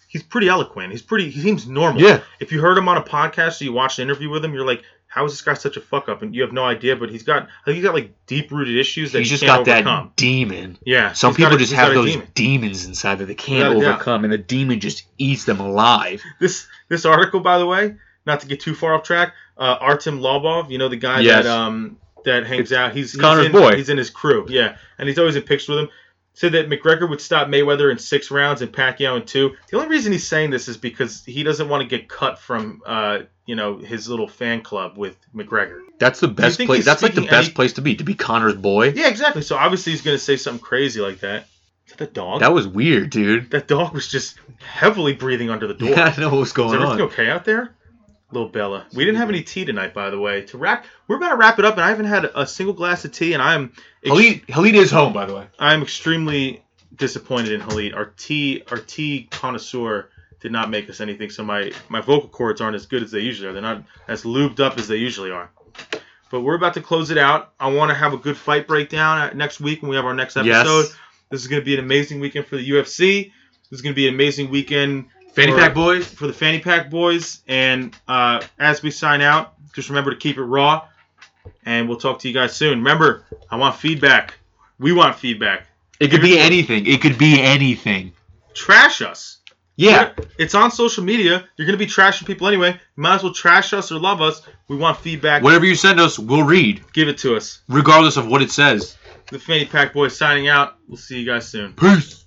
A: He's pretty eloquent. He's pretty. He seems normal.
B: Yeah.
A: If you heard him on a podcast or you watched an interview with him, you're like, How is this guy such a fuck up? And you have no idea, but he's got I think he's got like deep rooted issues that
B: he's
A: he
B: just
A: can't
B: got that
A: overcome.
B: demon.
A: Yeah,
B: Some
A: he's got
B: people
A: a-
B: just
A: he's got
B: have
A: a
B: those
A: demon.
B: demons inside that they can't
A: Without a doubt.
B: overcome, and the demon just eats them alive.
A: This this article, by the way, not to get too far off track, uh, Artem Lobov, you know the guy
B: Yes.
A: that um that hangs out. He's he's
B: Connor's
A: in,
B: boy.
A: He's in his crew. Yeah, and he's always in pictures with him. Said that McGregor would stop Mayweather in six rounds and Pacquiao in two. The only reason he's saying this is because he doesn't want to get cut from uh you know his little fan club with McGregor.
B: That's the best
A: think
B: place.
A: he's
B: That's like the
A: speaking any-
B: best place to be to be Connor's boy.
A: Yeah, exactly. So obviously he's gonna say something crazy like that. Is that the dog?
B: That was weird, dude.
A: That dog was just heavily breathing under the door.
B: Yeah, I know what was
A: Is
B: going
A: everything
B: on.
A: okay out there? Little Bella. We didn't have any tea tonight, by the way. To wrap, we're about to wrap it up, and I haven't had a single glass of tea, and I'm ex-
B: Halid, Halid is home, by the way.
A: I'm extremely disappointed in Halit. Our tea our tea connoisseur did not make us anything, so my my vocal cords aren't as good as they usually are. They're not as lubed up as they usually are. But we're about to close it out. I want to have a good fight breakdown uh, next week when we have our next episode.
B: Yes.
A: This is going to be an amazing weekend for the UFC. This is going to be an amazing weekend
B: Fanny
A: for-
B: Pack Boys.
A: for the Fanny Pack Boys. And uh, as we sign out, just remember to keep it raw. And we'll talk to you guys soon. Remember, I want feedback. We want feedback.
B: It could be anything. It could be anything.
A: Trash us.
B: Yeah.
A: It's on social media. You're going to be trashing people anyway. You might as well trash us or love us. We want feedback.
B: Whatever you send us, we'll read,
A: Give it to us.
B: regardless of what it says.
A: The Fanny Pack Boys signing out. We'll see you guys soon.
B: Peace.